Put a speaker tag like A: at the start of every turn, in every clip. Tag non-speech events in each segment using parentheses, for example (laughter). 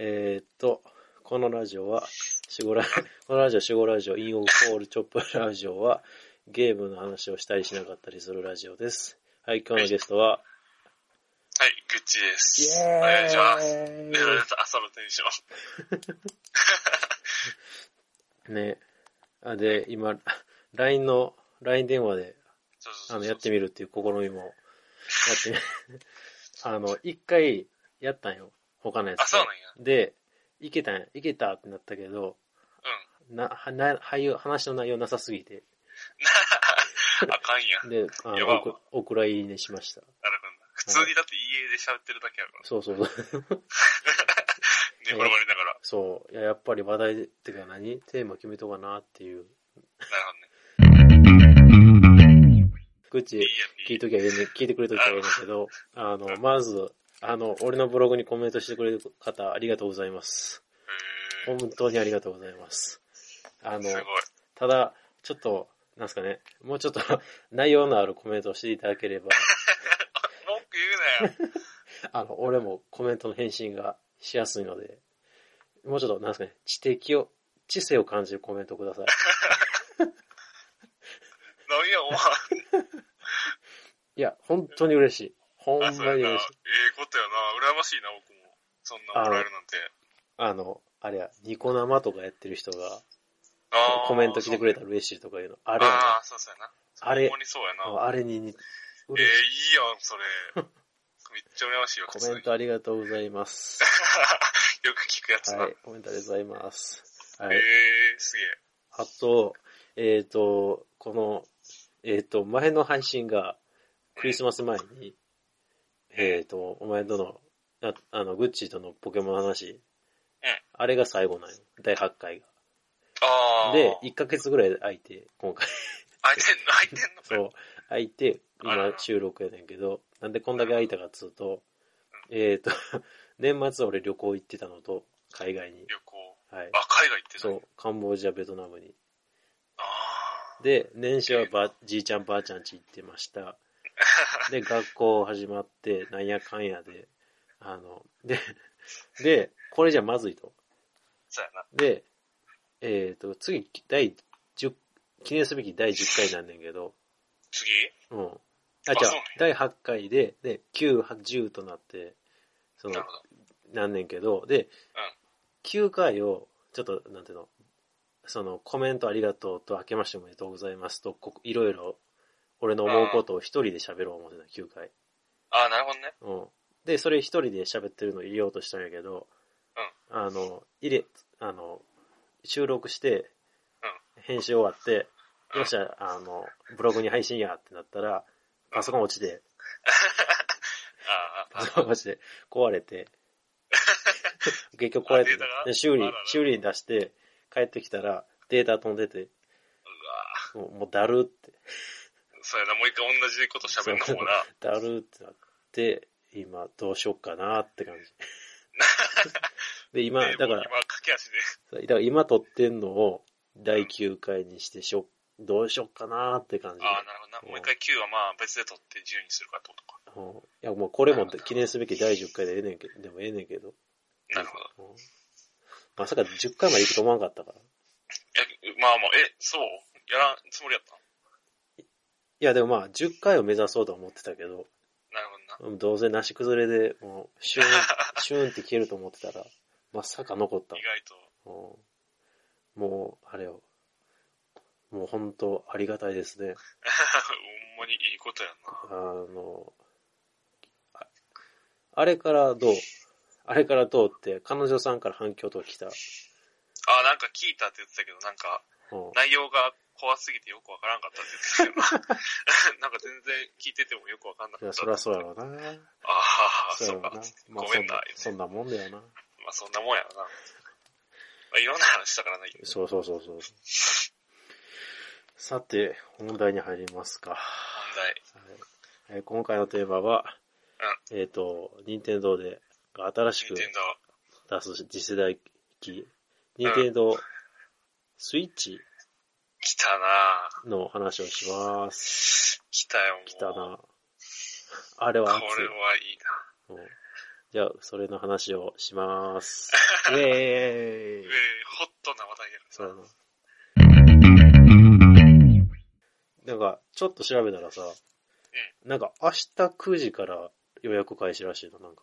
A: えーっと、このラジオは、シゴラ、 (laughs) このラジオ、シゴラジオ、インオブコールチョップラジオは、ゲームの話をしたりしなかったりするラジオです。はい、今日のゲストは、
B: はい、グッチです。
A: イ
B: お願いします。
A: エ
B: 出られた朝のテンション。
A: ーイね。あ、で、今、LINE の、LINE 電話で、
B: そうそうそう
A: あの、やってみるっていう試みも、やってみ、 (laughs) あの、一回、やったんよ。他のやつと。
B: あ、そうなんや。
A: で、いけたんや、いけたってなったけど、な、はな、俳優、話の内容なさすぎて、
B: うん。あかんや。なる
A: で、あ
B: いや
A: の、
B: まあ
A: おくお蔵入りにしました。
B: ほどな。普通にだって家で喋ってるだけやろ。
A: (laughs) そうそうそう。
B: 寝転がりながら。
A: そう。いや、やっぱり話題ってか何テーマ決めとかなっていう。
B: なるほどね。
A: グッチ
B: いい、やん、い
A: 聞
B: い
A: いときゃいいね。聞いてくれときゃいいんだけど、あの、まず、あの、俺のブログにコメントしてくれる方、ありがとうございます。
B: やん。へー
A: 本当にありがとうございます。あの
B: す、ごい。
A: ただ、ちょっと、なんすかね、もうちょっと (laughs) 内容のあるコメントをしていただければ、
B: 文句言うなよ。
A: あの、俺もコメントの返信がしやすいので、もうちょっと、なんすかね、知的を、知性を感じるコメントをください。
B: 飲みよ、お前。
A: いや、本当に嬉しい。ほんま
B: あ、
A: に
B: そうやな。え
A: 嬉
B: え
A: しい。
B: ことやな。羨ましいな、僕も。そんなもらえるなんて。
A: あの、あれや、ニコ生とかやってる人が
B: あー
A: コメント来てくれたら嬉しいとかいうの。あれや
B: ああ、そうそうやな。
A: あれ
B: ほんまにそうやな。
A: な。あれに似、
B: え
A: 嬉
B: ー、いい
A: しい。
B: やん、
A: (laughs)
B: それ。めっちゃ羨ましいよ、普
A: コ
B: 通
A: メ
B: に
A: ン。トありがとうございます。
B: よく聞くやつな。
A: はい、コメントありがとうございます。は
B: え
A: い。
B: えー、すげえ。
A: あと、えっ、と、この、えっ、と、前の配信が、クリスマス前に、えっ、と、お前との、ああの、グッチーとのポケモンの話
B: え、
A: あれが最後なんよ。第8回
B: あ
A: が。
B: あ。
A: で、1ヶ月ぐらい空いて、今回。
B: 開いてんの開いてんの
A: そう、空いて、
B: あら
A: 今
B: ら
A: 収録やねんけど、なんでこんだけ空いたかっつうと、えっ、と、 (laughs) 年末俺旅行行ってたのと、海外に。
B: 旅行。
A: はい。
B: あ、海外行ってた
A: そう、カンボジア、ベトナムに。
B: あ
A: で、年始はば、じいちゃんばあちゃんち行ってました。
B: (laughs)
A: で、学校始まって、なんやかんやで、あの、で、で、これじゃまずいと。
B: そうやな。
A: で、えっ、と、次、第10、記念すべき第10回なんねんけど、
B: 次
A: うん。あ、
B: あ
A: じゃあ
B: そうなんや、
A: 第8回で、で、9、8 10となって、そ
B: な
A: の
B: る、ほど。
A: なんねんけど、で、
B: うん
A: 9回を、ちょっと、なんていうの、その、コメントありがとうと、明けましておめでとうございますと、ここいろいろ、俺の思うことを一人で喋ろう思ってた、9回。
B: あーなるほどね。
A: うん。で、それ一人で喋ってるの入れようとしたんやけど、あの、入れ、あの、収録して、編集終わって、
B: うん
A: よっしゃ、あの、ブログに配信やってなったら、パソコン落ちて、
B: あー
A: パ
B: あ
A: ソコン落ちて、壊れ
B: (laughs)
A: て、結局壊れて
B: あデータが、
A: で修理
B: あらら、
A: 修理に出して、帰ってきたら、データ飛んでて、
B: うわ
A: もうもうだるって、
B: ーそうやな。もう一回同じこと喋るのもな。
A: (laughs) だるってなって、今どうしよっかなって
B: (laughs)
A: 感じ。で、今、
B: で
A: だか
B: もう
A: ら、
B: 今、駆け足で。
A: だから今撮ってんのを第9回にしてしょ、どうしよっかなーって感じで。
B: ああ、なるほどな。もう一回9はまあ別で取って10にするかってことか。
A: うんいや、もうこれも記念すべき第10回でええねんけど、でもええねんけど。
B: なるほど。
A: うんまさか10回まで行くと思わんかったから。い
B: いや、まあまあ、え、そうやらんつもりやったの
A: や、でもまあ10回を目指そうとは思ってたけど、
B: なるほどな。
A: うんどうせなし崩れで、もう、
B: (laughs)
A: シューン、シューンって消えると思ってたら、まさか残った
B: 意。外と。 (laughs)
A: うんもう、あれよ。もう本当ありがたいですね。
B: ほんまにいいことやんな。
A: あの、ああれからどうあれからどうって、彼女さんから反響とか来た。うん
B: あーなんか聞いたって言ってたけど、なんか、内容が怖すぎてよくわからんかったって言ってたけど (laughs) なんか全然聞いててもよくわかんなか
A: い
B: っ
A: や、
B: た。
A: そりゃそうやろな。
B: ああ、
A: そうや
B: そ
A: ろ
B: うか
A: な。。ま
B: ご
A: あ、
B: め
A: そ
B: ん
A: ん
B: な
A: な、。そんなもんだよな。
B: まあそんなもんやろな。まあ、いろんな話し
A: (laughs)
B: たからないけど。
A: そうそうそうそう。さて、本題に入りますか。
B: 問題。
A: はいえー今回のテーマは、えっ、と、任天堂でが新しく
B: 任天堂。
A: 出す次世代機、任天堂スイッチ
B: 来たなぁ。
A: の話をします。
B: 来たよ、もう。
A: 来たな。あれは熱い
B: これはいいな。
A: うんじゃあ、それの話をし
B: (laughs)
A: ます。イェーイ
B: えー、ホットな話題やか
A: そ
B: ら
A: う
B: さ。
A: やな。なんか、ちょっと調べたらさ、なんか明日9時から予約開始らしいの、なんか。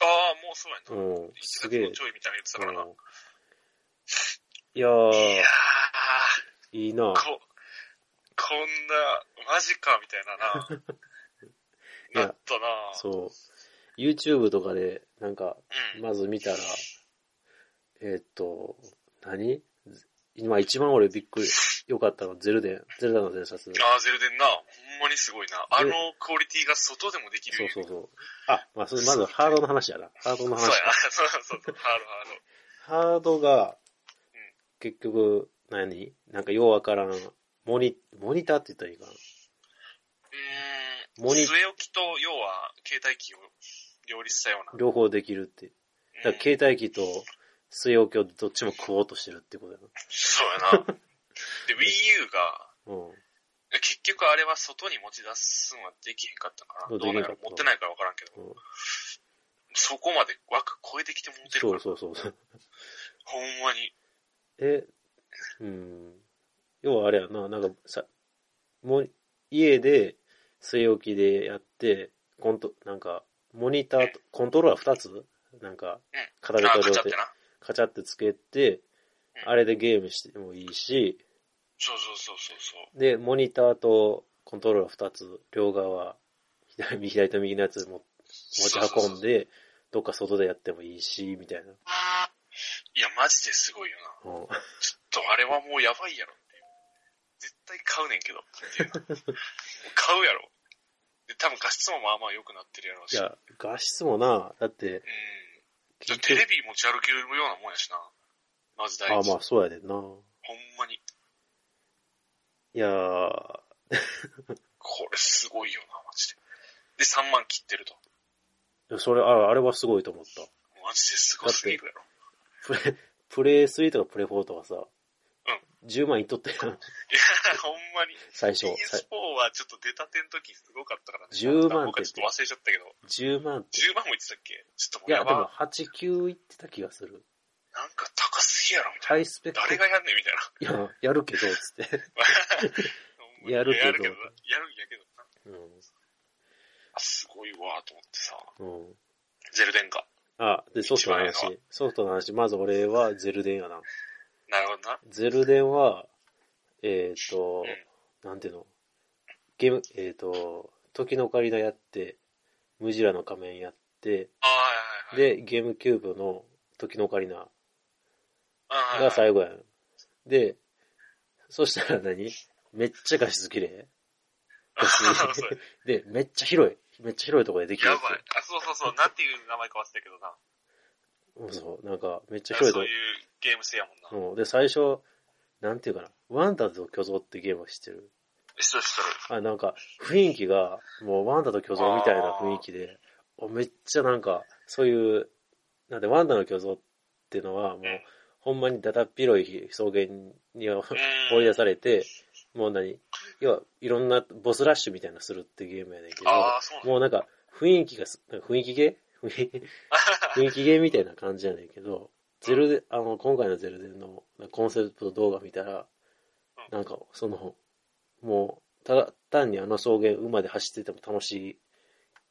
B: ああ、もうそうや
A: う
B: な。
A: ん、
B: 一
A: す
B: 月
A: げえ。
B: のちょいみたいなの言ってたからな。
A: うんいやー、
B: いや
A: いいな
B: ー、こ、こんな、マジか、みたいな
A: (laughs) い
B: な。
A: や
B: なったなぁ。
A: そう。YouTube とかで、なんか、
B: うん。
A: まず見たら、えーっと、何今一番俺びっくり、良かったの、ゼルデン、ゼルダの伝説。
B: ああ、ゼルデンな。ほんまにすごいな。あのクオリティが外でもできる。
A: そうそうそう。あ、まあ、それまずハードの話やな。ハードの
B: そう
A: 話。
B: やな。そうそうそう。ハードハード。
A: ハードが
B: うん、
A: 結局、何なんかようわからん、モニ、モニターって言ったらいいかな。
B: うーん。
A: モニ
B: 据え置きと、要は、携帯機を両立したような。
A: 両方できるって。だから携帯機と据え置きをどっちも食おうとしてるってことや
B: そうや
A: (laughs)
B: な。で、Wii U が、
A: な。うん。
B: 結局あれは外に持ち出すのはできへんかったかな。
A: そう
B: どうなん
A: で
B: や
A: きへんかっ
B: ろ
A: た
B: 持ってないからわからんけど。
A: うん
B: そこまで枠超えてきてもって
A: そ
B: るか
A: う
B: ら。
A: そうそうそう。 (laughs)
B: ほんまに。
A: え、うん。要はあれやな、なんかさ、もう、家で据え置きでやって、コント、なんか、モニターと、コントローラー2つなんか、片手
B: あ、
A: と
B: ガチ
A: 両
B: ャって
A: 手、
B: な。
A: カチャってつけて、
B: うん
A: あれでゲームしてもいいし、
B: そうそうそうそうそう。
A: で、モニターとコントローラー2つ、両側、左右左と右のやつも持ち
B: そうそう
A: 運
B: そ
A: ん
B: う
A: で、どっか外でやってもいいし、みたいな。
B: いや、マジですごいよな。
A: うん
B: ちょっとあれはもうやばいやろっていう。絶対買うね
A: (laughs)
B: んけど。っていう買うやろ。で、多分画質もまあまあ良くなってるやろう
A: い
B: し。うん。
A: や、画質もな、だって、
B: だってテレビ持ち歩けるようなもんやしな。まず第
A: あ
B: 一。
A: あ、まあそうやでんな。
B: ほんまに。
A: いやー、
B: これすごいよな、マジで。で、3万切ってると。
A: それ、ああれはすごいと思った。
B: マジですごすぎるやろ。
A: プレ、プレイ3とかプレイ4とかさ、10万いっとったやん、
B: いや、 (laughs) ほんまに。
A: 最初。さ
B: PS4 はちょっと出たての時すごかったからね。
A: 10万
B: 僕はちょっと忘れちゃったけど。
A: 10万って。
B: 10万も言ってたっけちょっとも
A: いう
B: や
A: や、で
B: ば
A: も。8、9いってた気がする。
B: なんか高すぎやろ、みた
A: ハ
B: いな。
A: イスペック。
B: 誰がやんねん、みたいな。
A: いや、やるけど、つって。や
B: や
A: る
B: る
A: け
B: け
A: ど
B: ど。やるんやけどな。
A: う
B: すごいわーと思ってさ。
A: ん。うん。
B: ゼルデンか。
A: あ、で、ソフトの
B: 一番え
A: 話。ソフトの話。まず俺はゼルデンやな。
B: なるほどな。
A: ゼルデンは、えっ、ー、と
B: うん、
A: なんていうのゲーム、えっ、ー、と、時のオカリナやって、ムジラの仮面やって、
B: ああ、はいはいはい。
A: で、ゲームキューブの時のオカリナ
B: あー、はい
A: が
B: はい。
A: 最後やん。で、そしたら何めっちゃ画質綺麗
B: あ (laughs) そう
A: で、めっちゃ広い。めっちゃ広いところでできる
B: やばい。あ、そうそうそう。なんていう名前か忘れたけどな。
A: うんそう、なんか、めっちゃ
B: そうい
A: 広いうとこ
B: ゲーム性やもんな。
A: うん、で、最初、なんていうかな、ワンダと巨像ってゲームを知ってる。
B: 知ってる知
A: (laughs)
B: ってる。
A: あ、なんか、雰囲気が、もうワンダと巨像みたいな雰囲気で、おめっちゃなんか、そういう、なんで、ワンダの巨像っていうのは、もう、ほんまにだだっ広い草原に
B: うん
A: (laughs) 追い出されて、もう何要は、いろんなボスラッシュみたいなのするってゲームやねんけ
B: ああ、そう
A: ど、もうなんか、雰囲気がす、なんか雰囲気 (laughs) ゲー雰囲気雰囲気ゲーみたいな感じやねんけど、ゼルで、あの、今回のゼルデンのコンセプト動画見たら、なんか、その、もう、ただ、単にあの草原馬で走ってても楽しい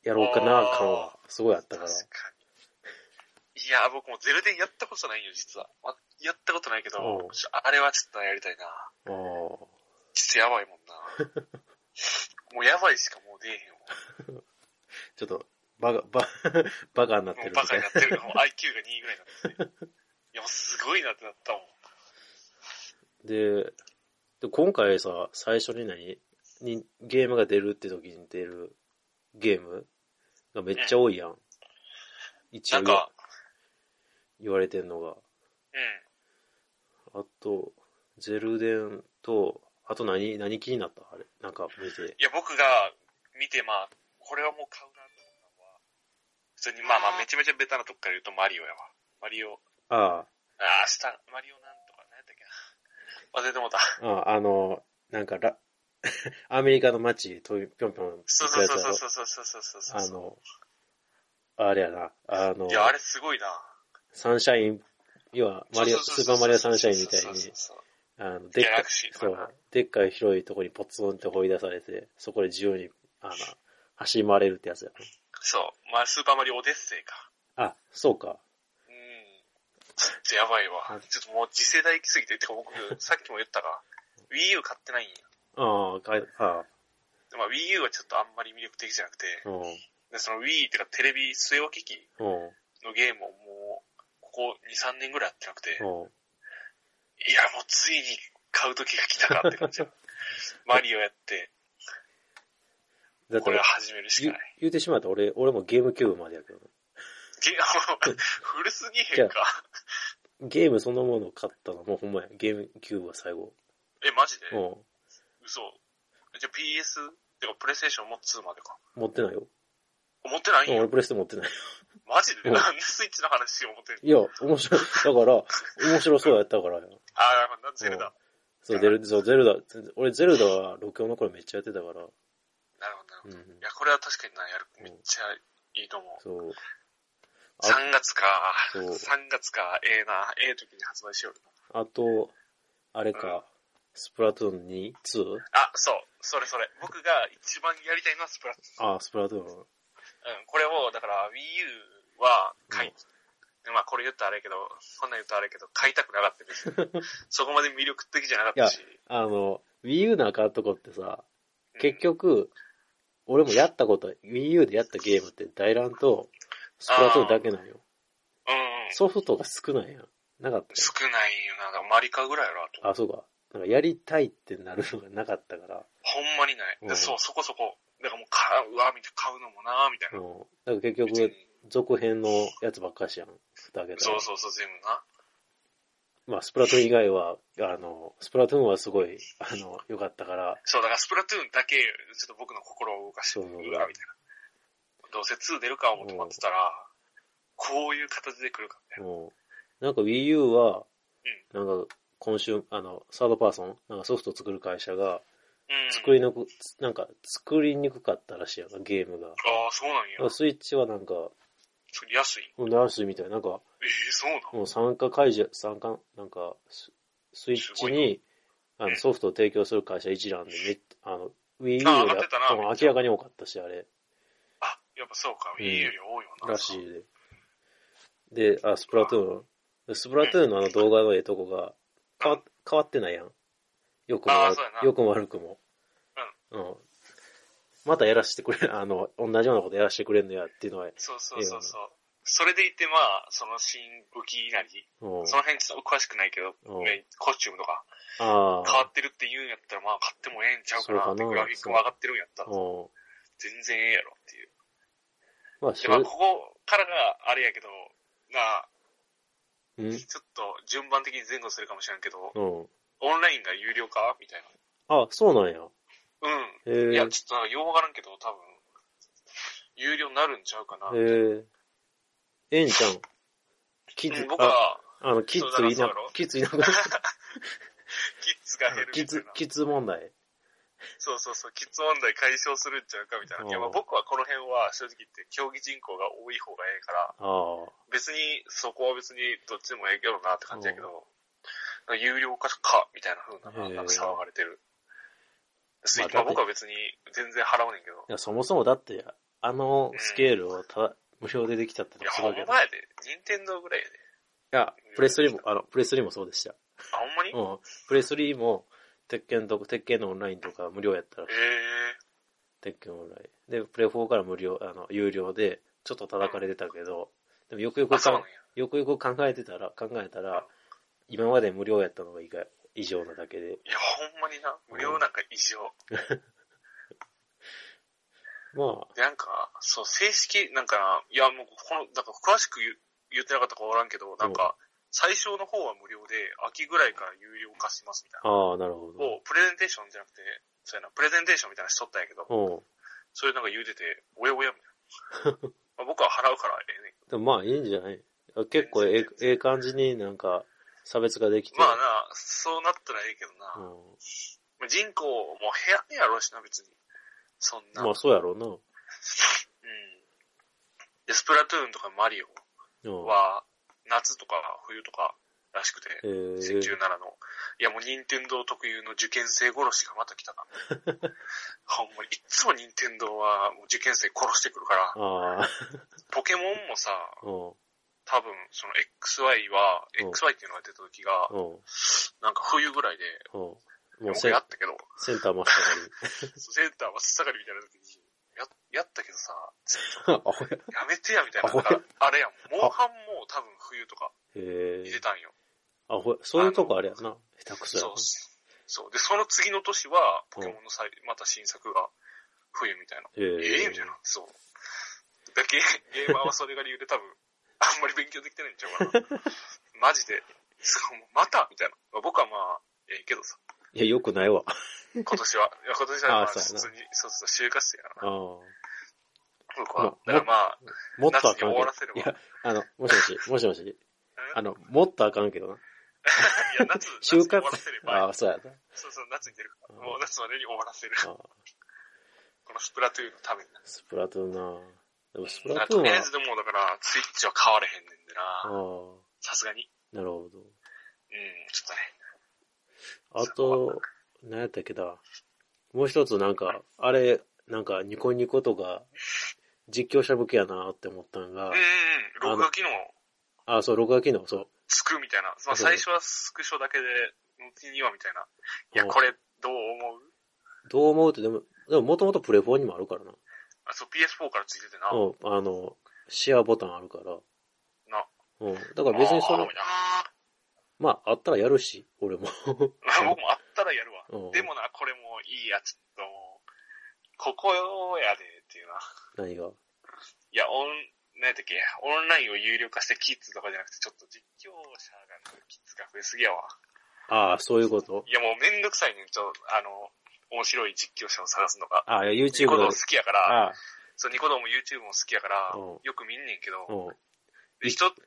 A: やろうかな
B: あー
A: 感は、すごいあった
B: なん
A: か
B: だ。
A: ら。
B: 確かに。いや、僕もゼルデンやったことないよ、実は。まやったことないけど
A: うん、
B: あれはちょっとやりたいな。
A: あー
B: ちょっとやばいもん
A: (laughs)
B: な。もうやばいしかもう出えへんわ。
A: ちょっと、バカ、バ、 (laughs) バカになって
B: も
A: る
B: う
A: み
B: バカ
A: たい
B: になってる。もう IQ が2位ぐらいになってて。いや、もうすごいなってなったもん。
A: な。で、で今回さ、最初に何にゲームが出るって時に出るゲームがめっちゃ多いやん。一
B: な
A: 応
B: んか、
A: 言われてんのが。
B: うん。
A: あと、ゼルデンと、あと何、何気になったあれ。なんか見て。
B: いや、僕が見て、まあ、これはもう買うなと思ったのは、普通に、まあまあ、めちゃめちゃベタなとこから言うとマリオやわ。マリオ、
A: あ
B: ああ、明日、マリオなんとか、何やったっけな。忘れてもうた。
A: あ、ああ、あの、なんかラ、 (laughs) アメリカの街、とぴょんぴょん行
B: そう
A: く
B: そう
A: やつや
B: そう
A: ろ。
B: そうそうそうそうそう
A: あの、あれやな、あの
B: い、や、あれすごいな。
A: サンシャイン、要は、マリオ、
B: そうそ
A: ス
B: う
A: ーパーマ
B: そうそう
A: リオサンシャインみたい
B: そうそう
A: に、
B: そう
A: あの、
B: ギ
A: でっ
B: ャ
A: か
B: ラ
A: い
B: ク、シー
A: そ
B: と
A: う
B: か。、
A: でっかい広いとこにポツンって放り出されて、そこで自由に、あの、走り回れるってやつやろ。
B: そう。まあ、スーパーマリオオデッセイか。
A: あ、そうか。
B: うん。ちょやばいわ。ちょっともう次世代行きすぎて、て
A: (laughs)
B: か僕、さっきも言ったが、Wii U 買ってないんや。
A: ああ、かい、あ
B: でまあ、Wii U はちょっとあんまり魅力的じゃなくて、
A: あ、うん、
B: でその Wii っていうかテレビ据え置き機
A: うん、
B: のゲームをもう、ここ2、3年ぐらいやってなくて、
A: うん。
B: いや、もうついに買う時が来たかって感
A: (laughs)
B: じ。マリオやって、
A: だっ
B: こ
A: て
B: れは、始めるし
A: 言
B: か
A: (laughs)
B: ない。
A: 言うてしまったら俺、俺もゲームキューブまでやけどね、
B: ゲーム、古すぎへんか。
A: ゲームそのものを買ったのもうほんまや。ゲームキューブは最後。
B: え、マジで
A: うん。
B: 嘘。じゃあ PS、てかプレイステーションも2までか。
A: 持ってないよ。
B: 持ってない
A: うんん、
B: よ
A: 俺。プレステ持ってない。 (laughs)
B: マジで、
A: うん
B: なんでスイッチの話を持ってる
A: いや、面白い。だから、面白そうやったからよ。
B: ああ、なるほどゼルダ。
A: そう、ゼルそうゼルダ、俺ゼルダは録音の頃めっちゃやってたから。
B: なるほど、なるほ
A: うん
B: ど。。いや、これは確かにな、やる。
A: うん
B: めっちゃいいと思う。
A: そう。あ
B: 3月か。
A: そう
B: 3月か。ええな。ええ時に発売しよる。
A: あと、あれ
B: うん
A: か、スプラトゥーン 2?2?
B: あ、そう。それそれ。僕が一番やりたいのはスプラトゥ
A: あ、スプラトゥーン。
B: ーン。うん。これを、だから Wii U は買い、でまあこれ言ったらあれやけど、こんなん言ったらあれやけど、買いたくなかったです。
A: (laughs)
B: そこまで魅力的じゃなかったし。
A: あの、Wii U のあかんとこってさ、
B: うん
A: 結局、俺もやったこと、Wii U でやったゲームって、大乱と、スプラトゥーンだけなんよ。
B: うんうん。
A: ソフトが少ないやん。なかった
B: 少ないよな。だからマリカぐらいやろ、あと。
A: あ、そうか。なんかやりたいってなるのがなかったから。
B: ほんまにない。
A: うん
B: でそう、そこそこ。だからもう、かうわ、みたいな、買うのもな、みたい
A: うんだ
B: な。。
A: から結
B: 別に
A: 局、続編のやつばっかしやん。蓋開けた
B: そ
A: ら
B: う。そうそう、全部な。
A: まあ、スプラトゥーン以外は、あの、スプラトゥーンはすごい、あの、良かったから、
B: そう、だからスプラトゥーンだけ、ちょっと僕の心を動かして、
A: そう
B: う
A: そう
B: わ、みたいな。どうせ2出るか思って待ってたら、こういう形で来るか、みたいな。
A: もう、なんか Wii U は、なんか、今週、あの、サードパーソン、なんかソフト作る会社が、
B: うん。
A: 作りにく、なんか、作りにくかったらしいやんか、ゲームが。
B: ああ、そうなんや。
A: スイッチはなんか、
B: 作りやすい。え
A: 安いみたいな、なんか、
B: えそうなん。
A: もう参加会社、参加、なんか、ススイッチに、あ
B: う
A: の
B: ん
A: ソフトを提供する会社一覧で、めっあの、Wii U で、
B: あ上がってたな
A: うん明らかに多かったし、あれ、
B: あ、やっぱそうか。
A: うん
B: EU より多いよな。
A: らしいで。で、あ、スプラトゥーン。スプラトゥーンのあの動画のええとこが、変わ変わってないやん。よくも
B: あー
A: 悪
B: そうやな
A: よくも悪くも。うん。またやらせてくれ、 (laughs) あの、同じようなことやらせてくれんのやっていうのは、
B: そうそうそうそう。それでいて、まあ、その新武器なり、
A: うん。
B: その辺ちょっと詳しくないけど、
A: うん
B: ねコスチュームとか
A: あ
B: 変わってるって言うんやったら、まあ買ってもええんちゃうかなって、
A: そうかな
B: グラフィックも上がってるんやった
A: あ。
B: ら、
A: うん。
B: 全然ええやろっていう。
A: まあ、
B: で、
A: し
B: まあここからがあれやけど、まあ、
A: うん。う
B: ちょっと順番的に前後するかもしれんけど、
A: ん。
B: オンラインが有料化みたい
A: あ、そうなんや。
B: な。
A: へ
B: うん。いや、
A: え。
B: ちょっとなんかようわからんけど、多分、有料になるんちゃうかな。うん
A: へえ。えんちゃん。キッズ、
B: 僕
A: あ、
B: は、
A: あの、キッズい
B: そうだ
A: な
B: なそうだろ、
A: キッズいなくなっ
B: キッズ (laughs) が減る
A: た。キッ
B: みたい
A: ズ
B: な、。
A: キッズ問題。
B: そうそうそう、キッズ問題解消するんちゃうかみたいな。いや、まあ
A: うん
B: 僕はこの辺は正直言って競技人口が多い方がええから、
A: あ
B: 別に、そこは別にどっちでもええけどなって感じやけど、なんか有料化か、みたいな風な
A: へ
B: の
A: え
B: がなんか騒がれてる。スイ
A: まあだって
B: 僕は別に全然払わねんけど
A: あ。い。や、そもそもだって、あのスケールをた、無料でできちゃった
B: い
A: の
B: や、
A: す
B: ほ
A: ごい
B: ん
A: けど。い
B: まやで。任天堂ぐらいやで。
A: や、プレスリーも、あの、プレスリーもそうでした。
B: あ、ほんまに
A: うん。プレスリーも、鉄拳と、鉄拳のオンラインとか無料やったら
B: え、え
A: 鉄拳オンライン。で、プレ4から無料、あの、有料で、ちょっと叩かれてたけど、でもよくよ
B: ー。あ、
A: く
B: そうな
A: か
B: んや。
A: よくよく考えてたら、考えたら、今まで無料やったのが意外異常なだけで。
B: いや、ほんまにな。無料なんか異常。
A: ま
B: で、なんか、そう、正式、なんかな、いや、もう、この、なんか詳しく言う言ってなかったかわからんけど、なんか、最初の方は無料で、秋ぐらいから有料化しますみたいな。
A: ああ、なるほど。
B: を、プレゼンテーションじゃなくて、そうやな、プレゼンテーションみたいなのしとったんやけど、
A: おう
B: それなんか言うてて、おやおやみ
A: (laughs)
B: たいな。まあ僕は払うからええねんけ
A: でもまあいいんじゃないあ結構ええ、ええ感じになんか差別ができて。
B: ど。まあな、そうなったらええけど
A: う
B: な。
A: ん、
B: まあ人口も減らんやろうしな、別に。そんな。
A: まあそうやろうな。
B: うん。で、スプラトゥーンとかマリオ
A: うん、
B: は、夏とか冬とからしくて、
A: えー
B: 1997の。いやもう任天堂特有の受験生殺しがまた来たな。
A: (laughs)
B: ほんまに、いつも任天堂はもう受験生殺してくるから、
A: ああ、
B: ポケモンもさ、
A: うん、
B: 多分その XY は、
A: うん
B: XY っていうのが出た時が、
A: うん、うん。
B: なんか冬ぐらいで、
A: もう
B: 僕
A: セン
B: やったけど、
A: センター真っ
B: センター真っ盛りみたいな時に、や、やったけどさ、 (laughs)
A: 下に。アホや。
B: やめてやみたいな。
A: あほ
B: だ
A: や
B: からあれやん、モンハンも多分冬とか
A: へ
B: 入
A: え
B: れ。たんよ。
A: アホや。そういうとこあれやな。下手くそや
B: そう
A: な。。
B: そう。で、その次の年は、ポケモンのさいまた新作が冬みたいな。
A: へえ
B: ええみたいな。そう。だけゲーマーはそれが理由で多分、 (laughs) あんまり勉強できてないんちゃうかな。マジで。しかも、またみたいな。まあ僕はまあ、ええけどさ、
A: いや、よくないわ。
B: 今年は。いや今年はまあ
A: あー
B: 普
A: そうやな
B: 通に、そうそう、就活生やな
A: あ。あ。も
B: 僕は。
A: ま
B: だからまあ、
A: っとあ
B: 夏に
A: かん
B: 終わらせ
A: け
B: れ
A: ど。い
B: ば
A: や、あの、もしもし、もしもし。あの、もっとあかんけどな。
B: (laughs) いや、
A: (laughs)
B: 夏、夏に
A: 就
B: 終わ
A: 活
B: らせれば
A: ああ、そうやな。
B: そうそう、夏に出るから。
A: うん
B: もう夏までに終わらせる。 (laughs)
A: ああ
B: このスプラトゥーンのためにな。
A: スプラトゥーンな。でもスプ
B: だから
A: ラトゥー
B: と
A: ン
B: り
A: は
B: あえず、でもだから、スイッチは変われへんねんで
A: ああ
B: な。、さすがに。
A: なるほど。
B: うん、ちょっとね。
A: あと、何やったっけだ。もう一つなんか、あれ、なんかニコニコとか、実況者向けやなって思ったんが
B: うん、うんうん、録画機能
A: あ、そう、録画機能、そう。
B: つくみたいな。まあ、
A: そう
B: 最初はスクショだけで、後にはみたいな。いや、
A: うん
B: これ、どう思う
A: どう思うって、でも、でももともとプレフォンにもあるからな。
B: あ、そう、PS4 からついててな。
A: うん、あの、シェアボタンあるから。
B: な。
A: うん。だから別にそ
B: あ
A: の
B: ー、あ
A: まあ、あったらやるし、俺も。
B: ーまあ僕もあったらやるわ。
A: うん
B: でもな、これもいいやつと、ここやで、っていうな。
A: (laughs) 何が。
B: いや、オン、何やったっけ、オンラインを有料化してキッズとかじゃなくて、ちょっと実況者が、キッズが増えすぎやわ。
A: ああ、そういうこと
B: いや、もうめんどくさいねん、ちょっと、あの、面白い実況者を探すのが。
A: ああ、いや
B: ニ
A: YouTube
B: コ動
A: の
B: 好。きやから、
A: ああ、
B: そう、ニコ動も YouTube も好きやから
A: うん、
B: よく見んねんけ
A: う
B: ど、
A: ん。
B: で人、もう、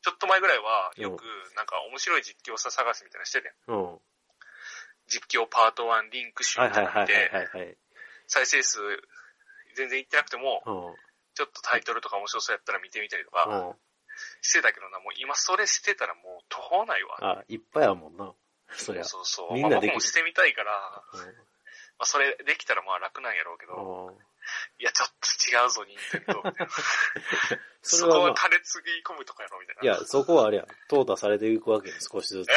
B: ちょっと前ぐらいは、よく
A: う、
B: なんか面白い実況者探しみたいなのしててん。
A: うん。は
B: 実況パート1、リンク集
A: い
B: み
A: は
B: た
A: い
B: いな
A: は
B: の
A: い
B: で、
A: はいはいはい。
B: 再生数、全然いってなくても、
A: うん。
B: ちょっとタイトルとか面白そうやったら見てみたりとか、
A: うん。
B: してたけどな、もう今それしてたらもう途方ないわ。
A: ああ、いっぱいあるもんな。そりゃ。
B: そうそう。
A: みんなできる
B: まあ、僕もしてみたいから、
A: うん
B: まあそれできたらまあ楽なんやろうけど、
A: うん。
B: いやちょっと違うぞ、任天堂みたいな。
A: (laughs) そ
B: そ
A: れは、
B: こ
A: ま
B: は
A: あ、
B: 金つぎ込むとかやろみたいな。
A: いや、そこはあれや。淘汰されていくわけよ、少しず
B: (laughs)
A: つ。
B: い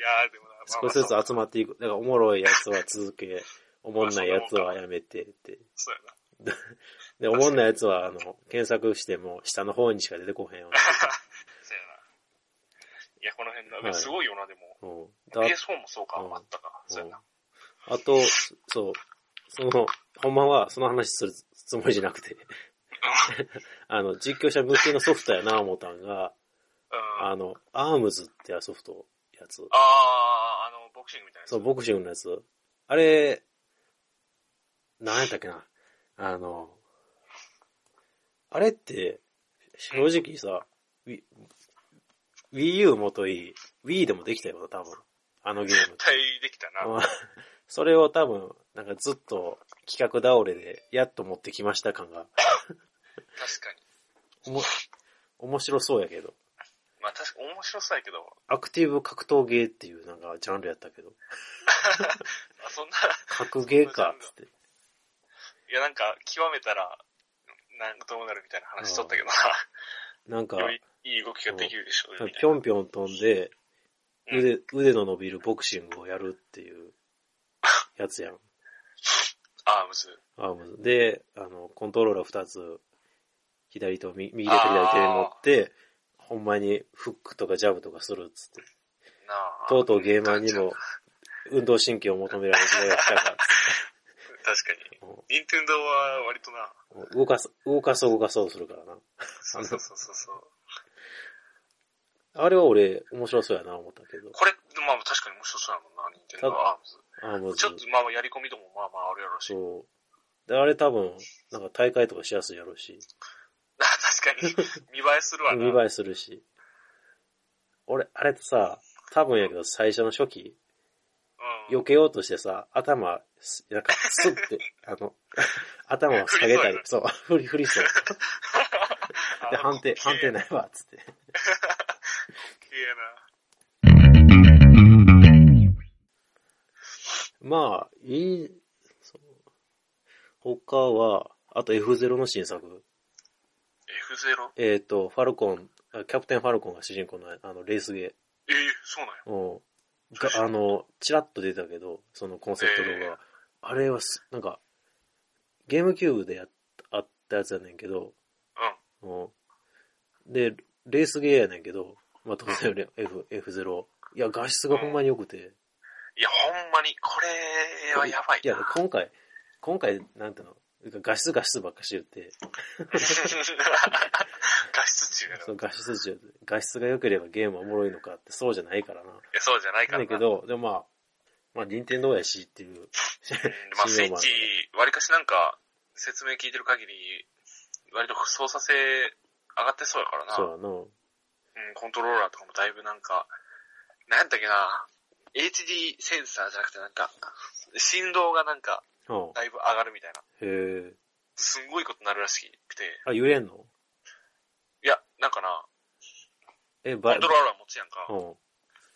B: やーでもな、まあま
A: 少
B: あ
A: しずつ集まっていく。だから、おもろいやつは続け、おもんないやつはやめてって。
B: そうやな。
A: で、おもんないやつは、あの、検索しても、下の方にしか出てこへんよ
B: そうやな。いや、この辺だ。
A: はい
B: すごいよな、でも。
A: うな。うん。だ
B: PS4 もそうか、
A: うん
B: あったか。そうやな。
A: あと、そう、その、ほんまは、その話するつもりじゃなく
B: (laughs)
A: て、あの、実況者向けのソフトやな、思ったんが、
B: うん。あー、
A: あの、アームズってやソフト、やつ。
B: あの、ボクシングみたいなやつ。
A: そう、ボクシングのやつ。あれ、なんやったっけな。あの、あれって、正直さ、Wii Wii U もといい、Wii でもできたよな、多分。あのゲーム
B: 絶。対できたな。
A: うん (laughs) それを多分、なんかずっと企画倒れで、やっと持ってきました感が、
B: 確か
A: お
B: に。
A: も、面白そうやけど。
B: まあ確か面白そうやけど、
A: アクティブ格闘ゲーっていうなんかジャンルやったけど、
B: あそんな、
A: 格ゲーか、つって。
B: いや、なんか、極めたら、なんかどうなるみたいな話しとったけどな。
A: なんか、
B: よりいい動きができるでしょうよ、みたい
A: ぴょんぴょん飛んで、
B: な。うん
A: 腕、腕の伸びるボクシングをやるっていうやつや
B: (laughs)
A: ん。
B: アームズ。
A: アームズで、あの、コントローラー二つ、左と右右手と左手で持って、ほんまにフックとかジャブとかするっつって。
B: なあ。
A: とうとうゲーマーにも運動神経を求められる時代が来たから
B: 確かに。任天堂は割とな、
A: もう動かす、動かそう動かそうするからな。
B: そうそうそうそうそう。
A: あれは俺、面白そうやな思ったけど。
B: これ、まあ確かに面白そうやもんな、ニンテンドーアームズ。
A: あーまず
B: ちょっとまあやり込みともまあまああるやろうし。
A: そう。で、あれ多分、なんか大会とかしやすいやろうし、
B: な (laughs) 確かに、見栄えするわな。
A: 見栄えするし。俺、あれってさ、多分やけど最初の初期、
B: うん。
A: 避けようとしてさ、頭、すなんか、スッて、 (laughs) あの、頭を下げたり、そう、振り振りそう。
B: あ
A: で、判定、判定
B: な。
A: ないわ、つって。
B: 綺麗な。
A: まあ、いい、そう他は、あと F0 の新作。
B: F0?
A: えっ、と、ファルコン、あキャプテンファルコンが主人公のあのレースゲ
B: ええそうなんや。
A: ー。うん。が、あの、チラッと出たけど、そのコンセプト動画
B: え
A: は。あれはす、なんか、ゲームキューブでやっあったやつやねんけど、
B: うん。
A: うん。で、レースゲーやねんけど、まあ、当然レ F、F0。いや、画質がほんまに良くて。
B: いや、ほんまに、これはやばい
A: いや
B: な。、
A: 今回、今回、なんていうの、画質画質ばっかし言って、
B: (laughs) 画質中やな
A: その画質中、画質が良ければゲームはおもろいのかって、そうじゃないからな。
B: いやそうじゃないか
A: なん
B: ら
A: だけ
B: な。
A: ど、でもまあ、まあ、任天堂やしっていう。
B: うんま
A: そ
B: あ、ス
A: う
B: イ
A: いうのも
B: ッ
A: あ
B: チ
A: るね、
B: 割かしなんか、説明聞いてる限り、割と操作性上がってそうやからな。
A: そうやな。
B: うん、コントローラーとかもだいぶなんか、なんやったっけな、HD センサーじゃなくてなんか、振動がなんか、
A: うん。
B: だいぶ上がるみたいな。
A: へえ。
B: すんごいことになるらしくて。
A: あ、揺れんの
B: いや、なんかな、
A: え、
B: コ
A: ば
B: ントローラー持つやんか
A: う。ん。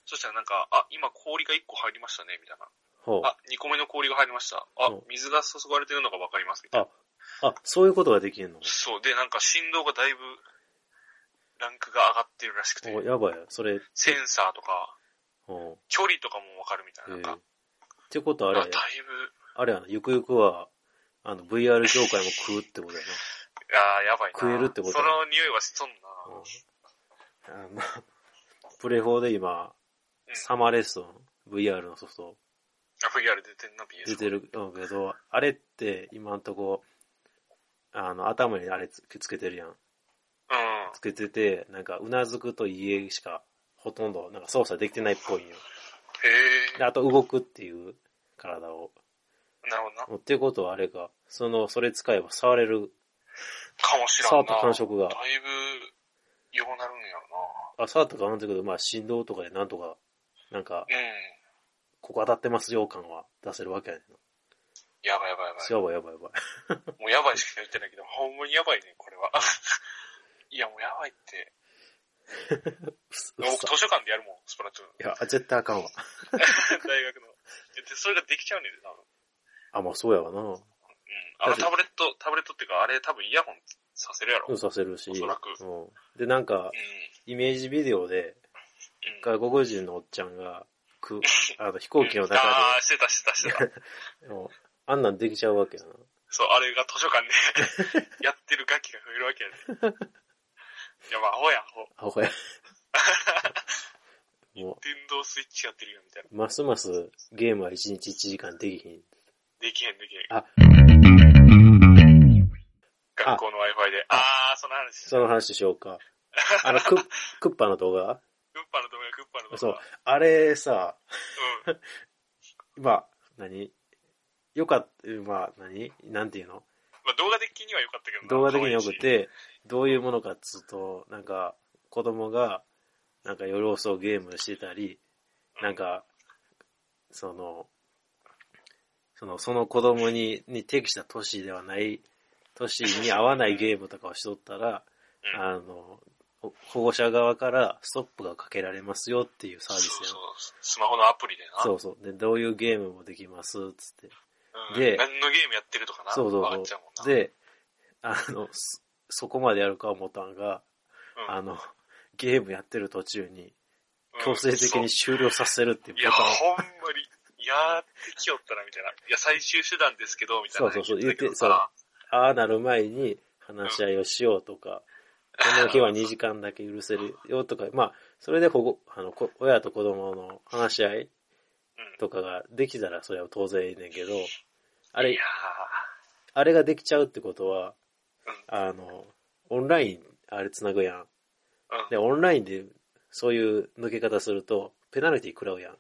B: そしたらなんか、あ、今氷が1個入りましたね、みたいな。
A: ほう。
B: あ、2個目の氷が入りました。あ
A: うん、
B: 水が注がれてるのがわかります、みたいな。
A: あ、そういうことができるの
B: そう、で、なんか振動がだいぶ、ランクが上がってるらしくて、
A: お、やばいや。それ、
B: センサーとか、
A: うん。
B: 距離とかもわかるみたい
A: へ
B: な。な
A: え。っ
B: んか、
A: てこと
B: あ
A: あ
B: だ
A: れや
B: いぶ、、
A: あれやな、ゆくゆくは、あの、VR 業界も食うってことや
B: ああ、やばいな。
A: 食えるってこと
B: その匂いはしとんな。
A: な。うん。あの、プレイ4で今、
B: うん
A: サマーレッスン、VR のソフト
B: あ、VR 出てんな、PS。
A: 出てるうんけど、あれって今んとこ、あの、頭にあれつつけてるやん。
B: うん。
A: つけてて、なんか、うなずくと家しか、ほとんど、なんか操作できてないっぽいんよ。
B: へえ
A: で、。あと動くっていう、体を。
B: なるほどな。
A: っていうことはあれか、その、それ使えば触れる、
B: かもしらん
A: 触
B: な。
A: った感触が
B: だ。いぶ、ようなるんやろ
A: あ、触ったかなんだけど、まあ、振動とかでなんとか、なんか、
B: な。うん。
A: ここ当たってますよ感は出せるわけやねんな。
B: やばいやばいやばい。
A: やばいやばいや
B: (laughs)
A: ばい。
B: もうやばいしか言ってないけど、ほんまにやばいね、これは。 (laughs) いや、もうやばいって。
A: うっすうっ
B: 僕
A: さ。
B: 図書館でやるもん、スプラトゥーン。
A: いや、絶対あかんわ。 (laughs)
B: 大学の。で、それができちゃうねんで、多分。
A: あ、まあ、そうやわな。
B: うん。あのタブレット、タブレットっていうか、あれ多分イヤホンさせるやろ。
A: う、
B: うんん。
A: させるし。
B: おそらく
A: うん。で、なんか、イメージビデオで、
B: うん。
A: 外国人のおっちゃんが、く、あの、飛行機の中で、
B: ああ、してた、してた、してた。
A: うんあんなんできちゃうわけやな。
B: そう、あれが図書館で (laughs) やってる楽器が増えるわけやね。いや、まあ、アホやん、アホ。
A: あ、
B: (laughs)
A: ほや。も
B: 電動スイッチやってるよ、みたいな。
A: う、ますますゲームは1日1時間できひん。
B: できへん、できへん。
A: あ
B: 学校の Wi-Fi で。ああー、その話。
A: その話しようか。あの、クッ、クッパの動画
B: クッパの動画、クッパの動画。
A: そう。あれさ、
B: うん。うん。
A: まあ、何よかった、まあ、何なんていうの
B: まあ、動画的には良かったけどな
A: 動画的によく。、
B: 可愛いして
A: どういうものかっつうと、なんか、子供が、なんか夜遅うゲームしてたり、なんか、その、その、その子供に、に適した年ではない、年に合わないゲームとかをしとったら、
B: うん
A: あの、ほ保護者側からストップがかけられますよっていうサービス
B: そう
A: やん
B: そう。スマホのアプリでな。
A: そうそう。で、どういうゲームもできます、つって。
B: うん
A: で
B: 何のゲームやってるとかな。
A: そう
B: わか
A: そ
B: っ
A: う
B: ちゃ
A: そう
B: もんな。
A: う。、で、あの、そそこまでやるか思ったんが、
B: うん
A: あの、ゲームやってる途中に、
B: うん
A: 強制的に終了させるっていう
B: いや、
A: ボタンを、
B: ほんまに、やってきよったな、みたいな。いや、最終手段ですけど、みたいな。
A: そうそうそう
B: 言ってたけど
A: 言っ
B: さ。
A: ああなる前に話し合いをしようとか、この日は2時間だけ許せるよとか、まあ、それで保護、あの、こ親と子供の話し合い
B: うん。
A: とかができたらそれは当然いいねんけど、あ
B: い
A: れ
B: や、
A: あれができちゃうってことは
B: うん、
A: あの、オンライン、あれ繋ぐやん。
B: ーうん。
A: で、オンラインで、そういう抜け方すると、ペナルティ食らうやん。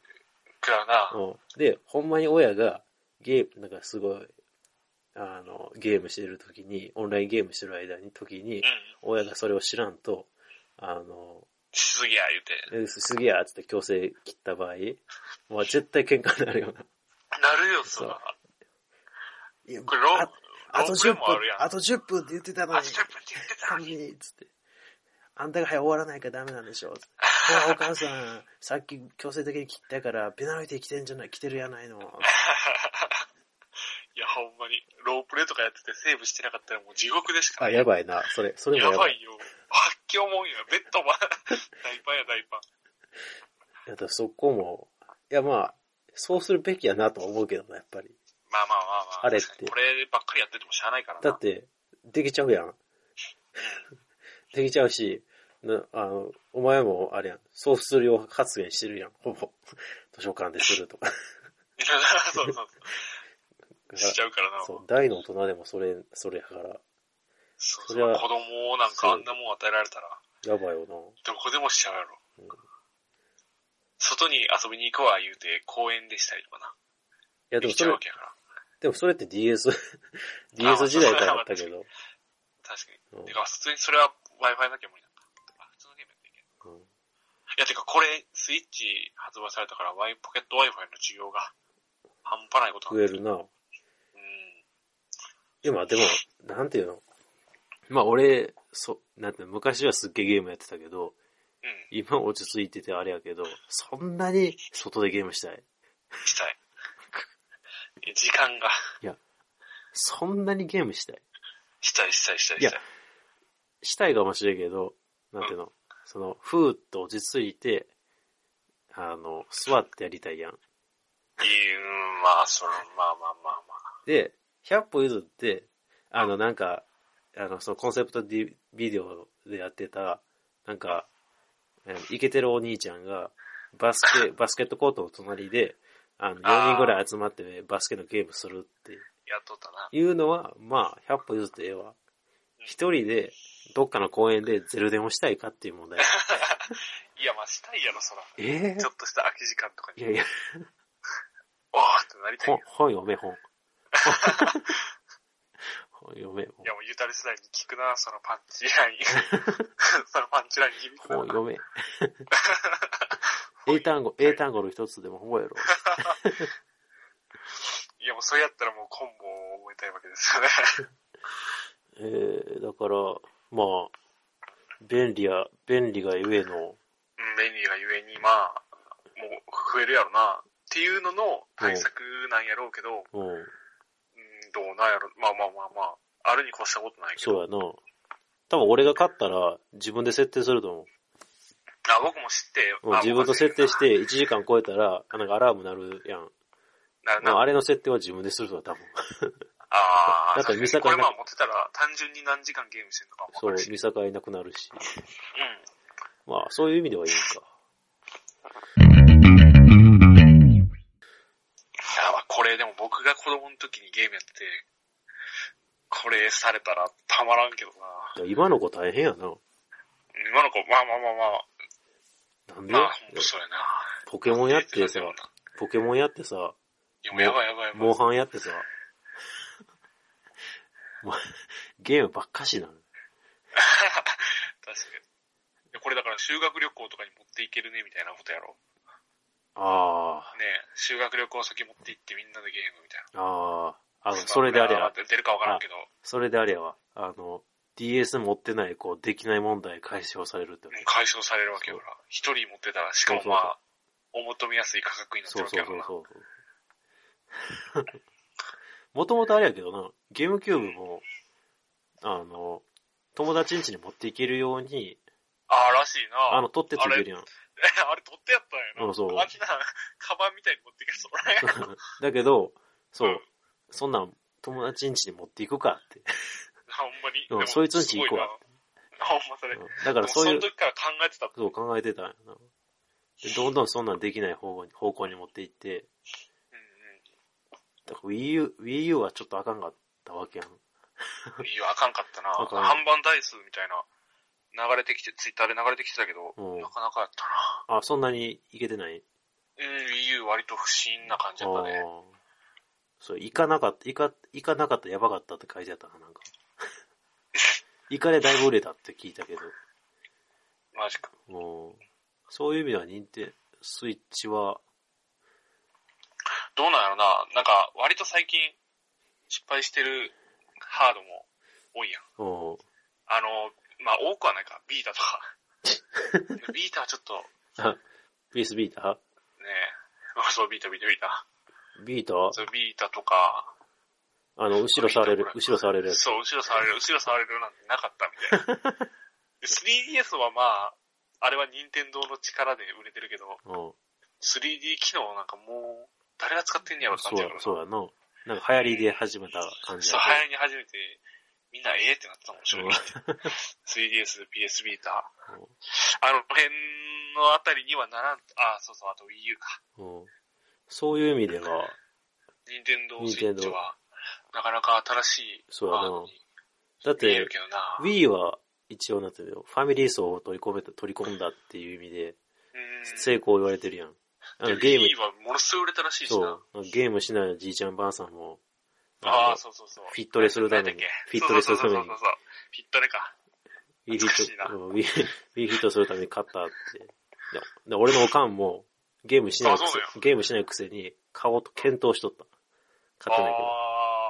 B: 食らうな。
A: うん。で、ほんまに親が、ゲーム、なんかすごい、あの、ゲームしてる時に、オンラインゲームしてる間に、時に
B: う、ん。
A: 親がそれを知らんと、あの、
B: しすぎや、言うて。
A: えすすげえやつって強制切った場合、まあ絶対喧嘩になるよな。
B: なるよ、そら。
A: いや
B: これロー
A: ああと
B: ロープ
A: 10
B: レイ
A: 分
B: もあるや、ん
A: あと10分って言ってたの
B: あ、
A: に、
B: ステップって言ってたのに。
A: に、つって。あんたが早く終わらないからダメなんでしょ。ほら、お母さん、さっき強制的に切ったから、ペナルティ来てんじゃない、来てるやないの。
B: いや、ほんまに。ロープレとかやっててセーブしてなかったらもう地獄でしか
A: あ、
B: ない。
A: やばいな。それ、それも
B: や
A: や
B: ば
A: ばい。
B: いよ。発狂も (laughs) んや。ベッドは、大パンや、大パン。
A: いや、だからそこも、いや、まあ、そうするべきやなとは思うけどな、やっぱり。
B: まあまあまあまあ。
A: あれって
B: 確かにこればっかりやっててもしゃあないから
A: だ
B: な。
A: って、できちゃうやん。 (laughs) できちゃうし、なあの、お前も、あれやん、そうするよう発言してるやん、ほぼ。 (laughs) 図書館でするとか。
B: いや (laughs) そうそうそう。
A: だか
B: しちゃうからな。
A: ら
B: そ
A: そうう、大の大人でもそれ、それやから、
B: そう
A: それは
B: 子供なんかあんなもん与えられたら、
A: やばいよな。
B: どこでもしちゃうやろ。
A: うん
B: 外に遊びに行こうは言うて、公園でしたりとかな。
A: いや、で
B: で
A: も
B: きち
A: そ
B: ゃう
A: れ
B: わ、けやから。
A: でもそれって DS、DS 時代からあったけど。
B: 確かに。
A: うん
B: てか、普通にそれは Wi-Fi なきゃ無理なんだ。あ普通のゲームやっていけん。
A: うん
B: いや、てかこれ、スイッチ発売されたから、ワイポケット Wi-Fi の需要が半端ないこと
A: 増
B: な
A: え
B: んだ。
A: るな。
B: うん。
A: でも、でも、なんていうのまあ俺、そ、なんていうの昔はすっげえゲームやってたけど、
B: うん。
A: 今落ち着いててあれやけど、そんなに外でゲームしたい。 (laughs)
B: したい。いや時間が、
A: そんなにゲームしたい。
B: したい、したい、したい、
A: いや
B: したい。
A: したいかもしれんけど、なんていうのその、ふーっと落ち着いて、あの、座ってやりたいやん。
B: いやうん、まあ、その、まあまあまあまあ。
A: で、100歩譲って、あの、なんか、あの、そのコンセプトディビデオでやってた、なんか、えーイケてるお兄ちゃんが、バス
B: (laughs)
A: ケ、バスケットコートの隣で、あの、4人ぐらい集まって、バスケのゲームするっ
B: やっとったな。
A: ていうのは、まあ、100歩譲ってええわ。一人で、どっかの公園でゼルデンをしたいかっていう
B: (laughs)
A: 問題。
B: いや、まあ、したいやろ、そら。ち
A: え
B: ょっとした空き時間とか
A: えいやい
B: に、
A: や、
B: おーってなりたい
A: 本
B: よ。、
A: 本読め、
B: (laughs)
A: 本。本読め、
B: いや、もう、ゆたり世代に聞くな、そのパンチラ
A: (laughs)
B: イン。そのパンチライン響くな
A: 本。読め。英単語、英単語の一つでも覚えろ。
B: いや、もう、それやったらもう、コンボを覚えたいわけですよね。
A: えー、だから、まあ、便利や、便利がゆえの、
B: うん便利がゆえに、まあ、もう、増えるやろな。っていうのの対策なんやろうけど、
A: うん、
B: うん、どうなんやろ。まあまあまあまあ、あるに越したことないけ
A: そう
B: ど。
A: やな。多分俺が勝ったら自分で設定すると思
B: あ、僕も知って、。
A: う。うん、自分と設定してて1時間超えたら、あなんかアラーム鳴るやん。
B: なる
A: ま
B: な
A: あ、あれの設定は自分でするわ、多分。
B: ああ、
A: だって見境なく
B: これまあ持ってたら単純に何時間ゲームしてるのかも
A: そう
B: わか、るし。
A: 見境なくなるし。
B: うん。
A: まあ、そういう意味ではいいんか。
B: いや、まあこれでも僕が子供の時にゲームやってて、これされたらたまらんけどな。
A: いや今の子大変やな。
B: 今の子、まあまあまあ
A: なんで、
B: まあ、まあ、ほんとそうやな。
A: ポケモンやってさ
B: い、
A: ポケモンやってさ、
B: や、もうやばいやばいやばい。
A: モンハンやってさ、もうゲームばっかしなの。
B: 確かに。いやこれだから修学旅行とかに持っていけるねみたいなことやろ。
A: ああ。
B: ねえ修学旅行先持って行ってみんなでゲームみたいな。
A: ああ、あの、それであれやわ
B: 出るかわからんけど、うん
A: それであれやわ、あの、DS 持ってない子、できない問題解消されるって。
B: 解消されるわけよな。一人持ってたら、しかもまあ、お求めやすい価格になっ
A: そ
B: て
A: う
B: るわけ
A: そ
B: や
A: う
B: ろ
A: そう
B: な。
A: そう。もともとあれやけどな、ゲームキューブも、あの、友達ん家に持っていけるように、
B: ああ、らしい
A: あ
B: (laughs) な。あ
A: の、取ってついてるやん。
B: あれ取ってやったんや
A: う
B: な。
A: んそう
B: あんな、カバンみたいに持っていけそうなや、
A: (laughs) だけど、 (laughs) そううんそんなん友達ん家に持っていくかって。
B: ほんまに。
A: うん
B: でも
A: そいつんち行こうや
B: すごいなほんまそれ。
A: う
B: だ
A: んだからそういう
B: その、時から考えてた。
A: そう考えてたんやな。でどんどんそんなんできない方向に方向に持っていって、
B: うん
A: だから Wii U、Wii U はちょっとあかんかったわけやん。
B: うん。いや、あかんかったな。
A: あかん
B: 半番台数みたいな。流れてきて、ツイッターで流れてきてたけど、
A: うん
B: なかなかやったな。
A: あ、そんなにいけてない
B: うん、EU 割と不審な感じだったね。
A: あーそう、行かなかった、行か、行かなかった、やばかったって書いてあったな、
B: (laughs)
A: なんか。行かれだいぶ売れたって聞いたけど、
B: マジか。
A: もう、そういう意味では認定、スイッチは、
B: どうなんやろな。なんか、割と最近、失敗してるハードも多いやん。
A: うん、
B: あの、まあ、多くはないか。ビータとか。ビータはちょっと、ね
A: あ、PS ビータ
B: まあそう、ビータ、ビータ、ビータ。
A: ビータ
B: そう、ビータとか、
A: あの、後ろ触れる
B: ビータ、
A: 後ろ触れるやつ。
B: そう、後ろ触れる、後ろ触れるなんてなかったみたいな。で 3DS はまあ、あれは任天堂の力で売れてるけど、
A: うん、
B: 3D 機能なんかもう、誰が使ってんねやろって
A: そ
B: 感
A: う
B: じ
A: や
B: やか、らさ。
A: そうやな。なんか流行りで始めた感じ
B: そう、
A: や
B: 流行りに初めて、みんなええってなってたもん、正直。
A: け
B: (laughs) 3DS、PS ビータ
A: うん。
B: あの辺のあたりにはならん、あ、そうそう、あと Wii U か。
A: どうんそういう意味では、
B: 任天堂スイッチは、なかなか新しい
A: そうやな
B: ハードに
A: だっ
B: 見え
A: て
B: る、けどな。
A: Wii は一応なんていうの、ファミリー層を取り込めた、取り込んだっていう意味で、
B: うん
A: 成功言われてるやん。あの
B: で
A: ゲーム
B: Wii、はものすごい売れたらしいし
A: そ
B: な
A: う。、ゲームしないじいちゃんばあさんも、
B: あ
A: の
B: あ、そうそうそう。
A: フィットレするために
B: なんだっけ
A: フィットレするために
B: そうそうそうそう。フィットレか。
A: ウィーフ
B: 懐かしい
A: ィッ
B: な
A: ト、うんウィーウィーフィットするために買ったって。でで俺のおかんも、ゲームしないく
B: あそうだよ
A: せ、ゲームしないくせに、買おうと検討しとった。買ってない
B: あ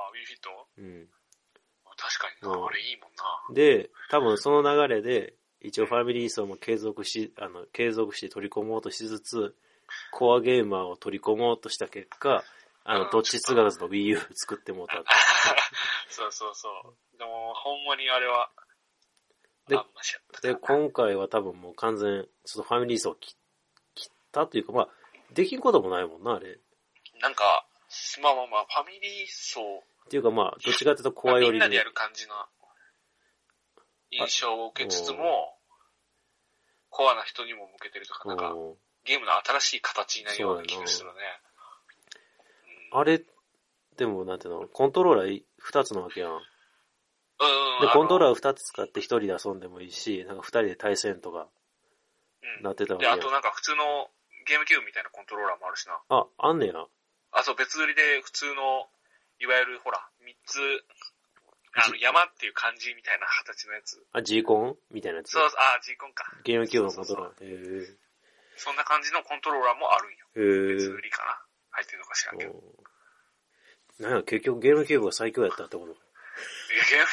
B: あ、Wii フィット
A: けど。う
B: 確かに
A: うん
B: な。あれいいもんな。
A: ん。で、多分その流れで、一応ファミリー層も継続し、あの、継続して取り込もうとしつつ、コアゲーマーを取り込もうとした結果、あ
B: う
A: の、
B: ん
A: どっちつがらずの Wii U 作ってもうたって。
B: そうそうそう。でも、ほんまにあれは、
A: で
B: あんましやった
A: で、今回は多分もう完全、ちょっとファミリー層を切切ったというか、まあ、できんこともないもんな、あれ。
B: なんか、まあまあまあ、ファミリー層、
A: っていうかまあ、どっちかっていうと怖いよ
B: み
A: り
B: んなでやる感じの印象を受けつつも、コアな人にも向けてるとか、なんか、
A: うん
B: ゲームの新しい形になるような気がするね。
A: あれ、でもなんていうの、コントローラー2つなわけやん。
B: うんうんうん。
A: で、コントロー
B: ー、
A: ラー2つ使って1人で遊んでもいいし、なんか2人で対戦とか
B: うん
A: なってたわけ
B: で、
A: や
B: あ
A: ん。
B: となんか普通のゲームキューブみたいなコントローラーもあるしな。
A: あ、あんねや。
B: あ、そう、別売りで普通の、いわゆるほら、三つ、あの、山っていう感じみたいな形のやつ。
A: あ、G コンみたいなやつ
B: そう、。あ、ジーコンか。
A: ゲームキューブのコントロー
B: そんな感じのコントローラーもあるんよ。
A: ラー。へ
B: 別
A: ー
B: 売りかな。入ってるのか知らん
A: へ
B: け
A: ー
B: ど。いや、
A: うんなんや、結局ゲームキューブが最強やったってこと
B: ゲーム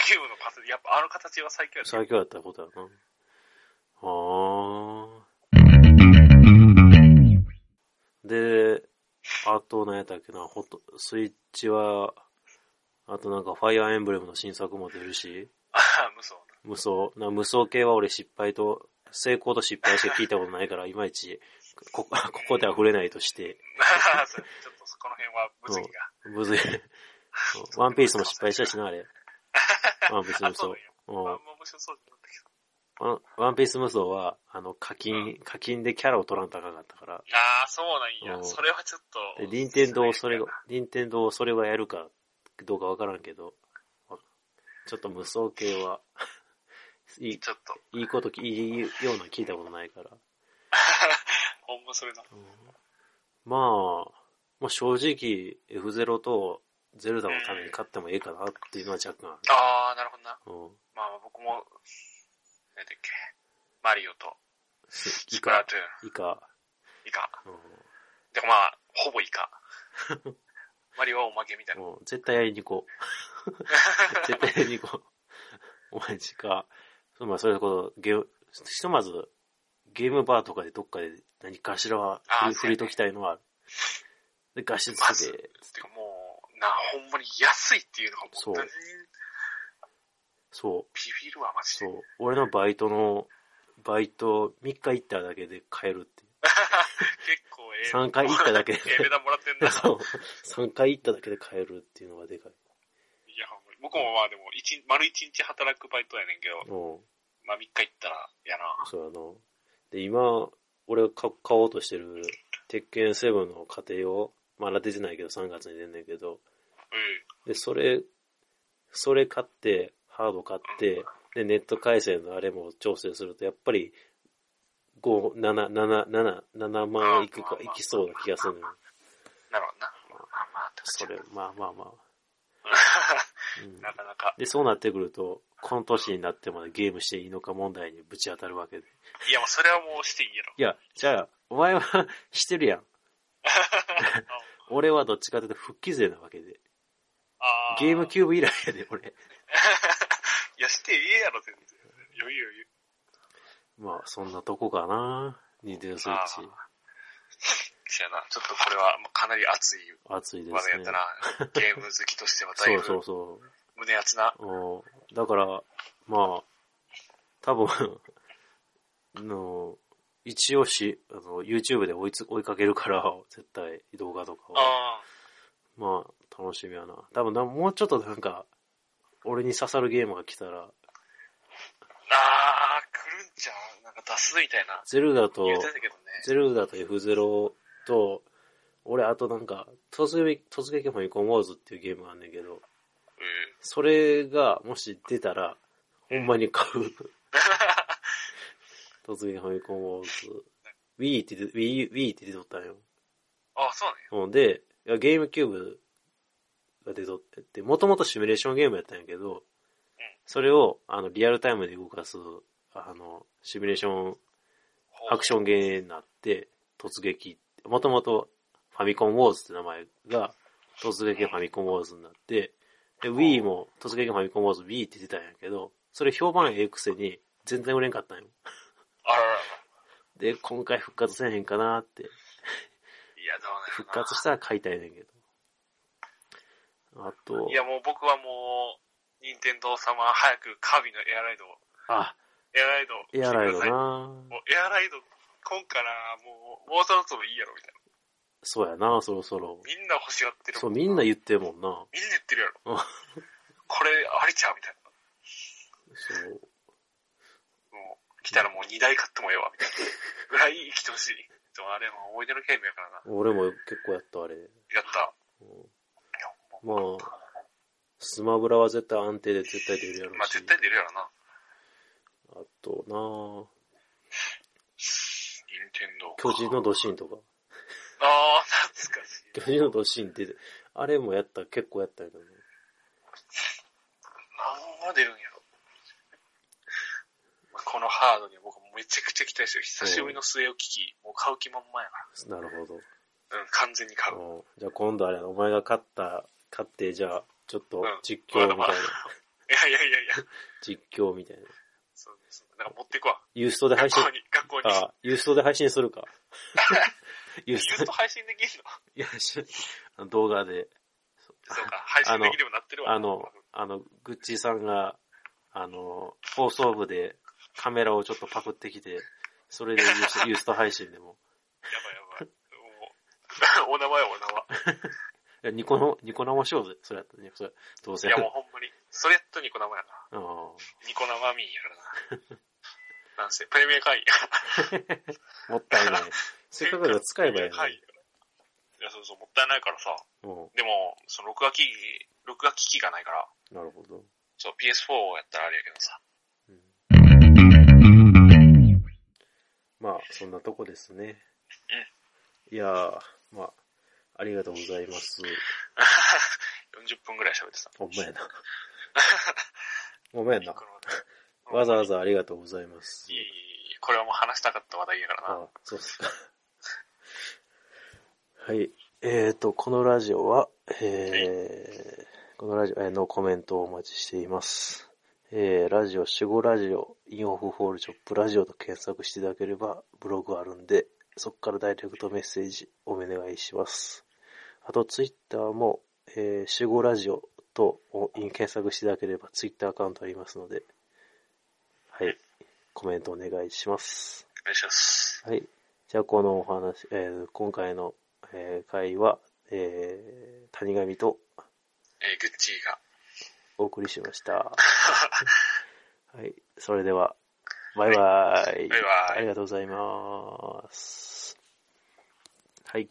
B: キューブのパス、やっぱあの形は最強やね。
A: 最強やったことやな。ああ。で、あと何やったっけな、ほと、スイッチは、あとなんかファイアーエンブレムの新作も出るし、
B: (laughs) ああ、無 (laughs) 双。
A: 無双、な無双系は俺失敗と、成功と失敗して聞いたことないから、いまいち、こ、 (laughs) ここでは触れないとして、
B: ああ、そうちょっとそこの辺は物議が。
A: むずい。ワンピースも失敗したしな、あれ。ワンピース無
B: あ、
A: 双
B: そうだ。よ。
A: う
B: あん
A: ん
B: ま面白そうになったけど。
A: ワンワンピース無双は、あの、課
B: う
A: 金、課金でキャラを取らんとあかんかったから。
B: ああ、そうなん
A: う
B: や。
A: ん
B: それはちょっと。
A: で、任天堂それ
B: が
A: が、任天堂それはやるかどうかわからんけど、わちょっと無双系は、 (laughs) いい、
B: ちょっと。
A: いいこと、いいような聞いたことないから。
B: ほんまそれな。
A: うんまあ、まあ正直、F0 とゼルダのために勝ってもええかなっていうのは若干あ
B: ああ、なるほどな。
A: る。うん。
B: まあまあ僕も、なんだっけ。マリオと、
A: す以
B: スプラ
A: 下、
B: トゥーン、
A: 以下。
B: イカ。
A: う
B: でもまあ、ほぼ
A: (laughs)
B: イカ。マリオはおまけみたい
A: ん
B: な。
A: もう絶対やりに行こう。
B: (laughs)
A: 絶対にこう、お前しか、そうまあ、それこそ、ゲーム、ひとまず、ゲームバーとかでどっかで何かしらは
B: あー
A: 振り振りときたいのはある。で、画質
B: まず
A: で、
B: てかもう、な、ほんまに安いっていうのがも
A: そう
B: う、何
A: そう、
B: ビビるわ、マジ
A: そ
B: で。
A: う、俺のバイトの、バイト3日行っただけで買えるってい
B: 結構ええ。
A: 三回行っただけ
B: (laughs) ええ値段もらってん
A: う。
B: な。
A: そう、3回行っただけで買えるっていうのがでかい。
B: いや、ほんまに僕もまあでも、一日丸一日働くバイトやねんけど、
A: うん、
B: まあ3日行ったら、やな。
A: そうあの、で、今、俺が買買おうとしてる、鉄拳7の家庭用、まだ出てないけど、3月に出んねんけど、
B: うん。
A: で、それ、それ買って、ハード買って、で、ネット回線のあれも調整すると、やっぱり、5、7、7、7、7万いくか、いきそうな気がするのよ。
B: なるほどな。まあまあ、
A: それ、まあまあまあ。うん
B: (laughs) なかなか。
A: で、そうなってくると、この年になってまでゲームしていいのか問題にぶち当たるわけで。
B: いや、もうそれはもうしていいやろ。
A: いや、じゃあ、お前は (laughs) してるやん。俺はどっちかというと復帰勢なわけで。
B: あ
A: ゲーム
B: ュー
A: キューブ以来やで、俺。
B: ブ。いや、していいやろ、全然。余裕余裕。
A: まあ、そんなとこかな。ニンテンドースイッチ。
B: そやな。ちょっとこれはもうかなり熱い
A: 熱いで
B: 話
A: す
B: 題や
A: ね
B: った。な。ゲーム好きとしてはだい
A: そう
B: ぶ
A: そうそ
B: 胸熱な。
A: う。おだから、まあ、多分 (laughs) あの、一応し、あの、YouTube で追いつ、追いかけるから、絶対動画とかは。
B: あ
A: まあ、楽しみやな。多分な、もうちょっとなんか、俺に刺さるゲームが来たら、
B: あ。ああ、来るんちゃうなんか出すみたいな。
A: ゼルダと
B: 言、ってたけどね。
A: ゼルダと F0 と、俺あとなんか、突撃、突撃ファミコンウォーズっていうゲームがあんねんけど、
B: うん。
A: それがもし出たら、ほんまに買う。 (laughs) 突撃ファミコンウォーズ。Wii って出、Wii、Wii って出とったんよ。
B: あそうね。
A: ほんで、いやゲームキューブが出とってって、もともとシミュレーションゲームやったんやけど、それを、あの、リアルタイムで動かす、あの、シミュレーション、アクシ
B: ョン。
A: ョンゲーになって、突撃、もともとファミコンウォーズって名前が、突撃ファミコンウォーズになって、で、Wii も、突撃ファミコンウォーズ Wii って出たんやけど、それ評判ええくせに、全然売れんかったんよ。
B: あららら。
A: で、今回復活せえへんかなって。
B: いや、どうなんやろ
A: 復
B: な
A: 活したら買いたいねんけど。あと
B: い、や、もう僕はもう、任天堂様、早くカービィのエアライドを、
A: あ、
B: エアライドを来てく
A: エ
B: だ
A: ア
B: さい、
A: ライドな
B: もうエアライド、今からもう、もうそろそろいいやろ、みたい
A: そうやなそろそろ。
B: な。みんな欲しがってる
A: そ
B: も
A: う、
B: ん。
A: みんな言ってるもんな
B: みんな言ってるや
A: うん
B: ろ。これ、ありちゃうみたい
A: そう。
B: な。もう、来たらもう2台買ってもええわ、みたいな。ぐらい生きてほしい。でもあれも思い出のゲームやからな。
A: 俺も結構やった、あれ。
B: やった。
A: うん
B: いや
A: まあ、スマブラは絶対安定で絶対出るやろう
B: まあ
A: し
B: 絶。対出るやろな。
A: あとなぁ、
B: 任天堂。
A: 巨人のドシンとか。
B: ああ、懐かしい。
A: 巨人のドシンって、あれもやった、結構やったんやけどね。
B: 何が出るんやろ。まあこのハードには僕もめちゃくちゃ期待してる。久しぶりの末を聞き、もう買う気満々や
A: なるほど。
B: な。うん、完全に買う。
A: うんじゃあ今度あれ、お前が勝った、勝って、じゃあ、ちょっと
B: うん
A: 実況みたいな。
B: まだまだいやいやいやいや。
A: 実況みたいな。
B: そうです。だから持っていくわ。
A: ユーストで配
B: 学
A: 信
B: (laughs) 校、に、学校に。
A: あ、ユーストで配信するか。ユー
B: ず
A: ス
B: っ
A: ト
B: と、配信できんの
A: いや、し (laughs) 動画で、
B: そうか、配信できるようになってるわ。
A: あの、あの、グッチーさんが、あの、放送部でカメラをちょっとパクってきて、それでユー
B: (laughs)
A: スユースト配信でも。
B: やばいやばい。もう、 (laughs) お名前お名
A: いやニコの、ニコ生しようぜ。それやったね。それ、どうせ。
B: 前。いやもうほんまに。それやっとニコ生やな。
A: (laughs) うん
B: ニコ生ミーやからな。
A: (laughs)
B: なんせ、プレミア会員や。
A: もった
B: (laughs)
A: いない。せっかくだから使えばいい
B: はい。いや、そうそう、もったいないからさ。
A: のに。
B: でも、その録画機器、録画機器がないから、
A: うん。なるほど。
B: そう、PS4 やったらあれやけどさ。
A: うんまあ、そんなとこですね。いやー、まあ、ありがとうございます。
B: 40分ぐらい喋ってた。
A: ほんま
B: (laughs)
A: やな。ごめんな
B: こ。の
A: わざわざありがとうございます
B: い。いこれはもう話したかった話題やからな。
A: あ、そうっす (laughs) か。はい。えーと、このラジオは、えー、このラジオへのコメントをお待ちしています。えー、ラジオ、守護ラジオ、インオフホールショップラジオと検索していただければ、ブログあるんで、そこからダイレクトメッセージお願いします。あと、ツイッターも、えー、守護ラジオとお検索していただければ、ツイッターアカウントありますので、はい。コメントお願いします。
B: お願いします。
A: はい。じゃあ、このお話、えー今回の、えー会は、えー谷上と
B: えー、グッチーが。
A: お送りしました。 (laughs) はい。それでは、バイバイ。
B: バイバイ
A: ありがとうございます。はい。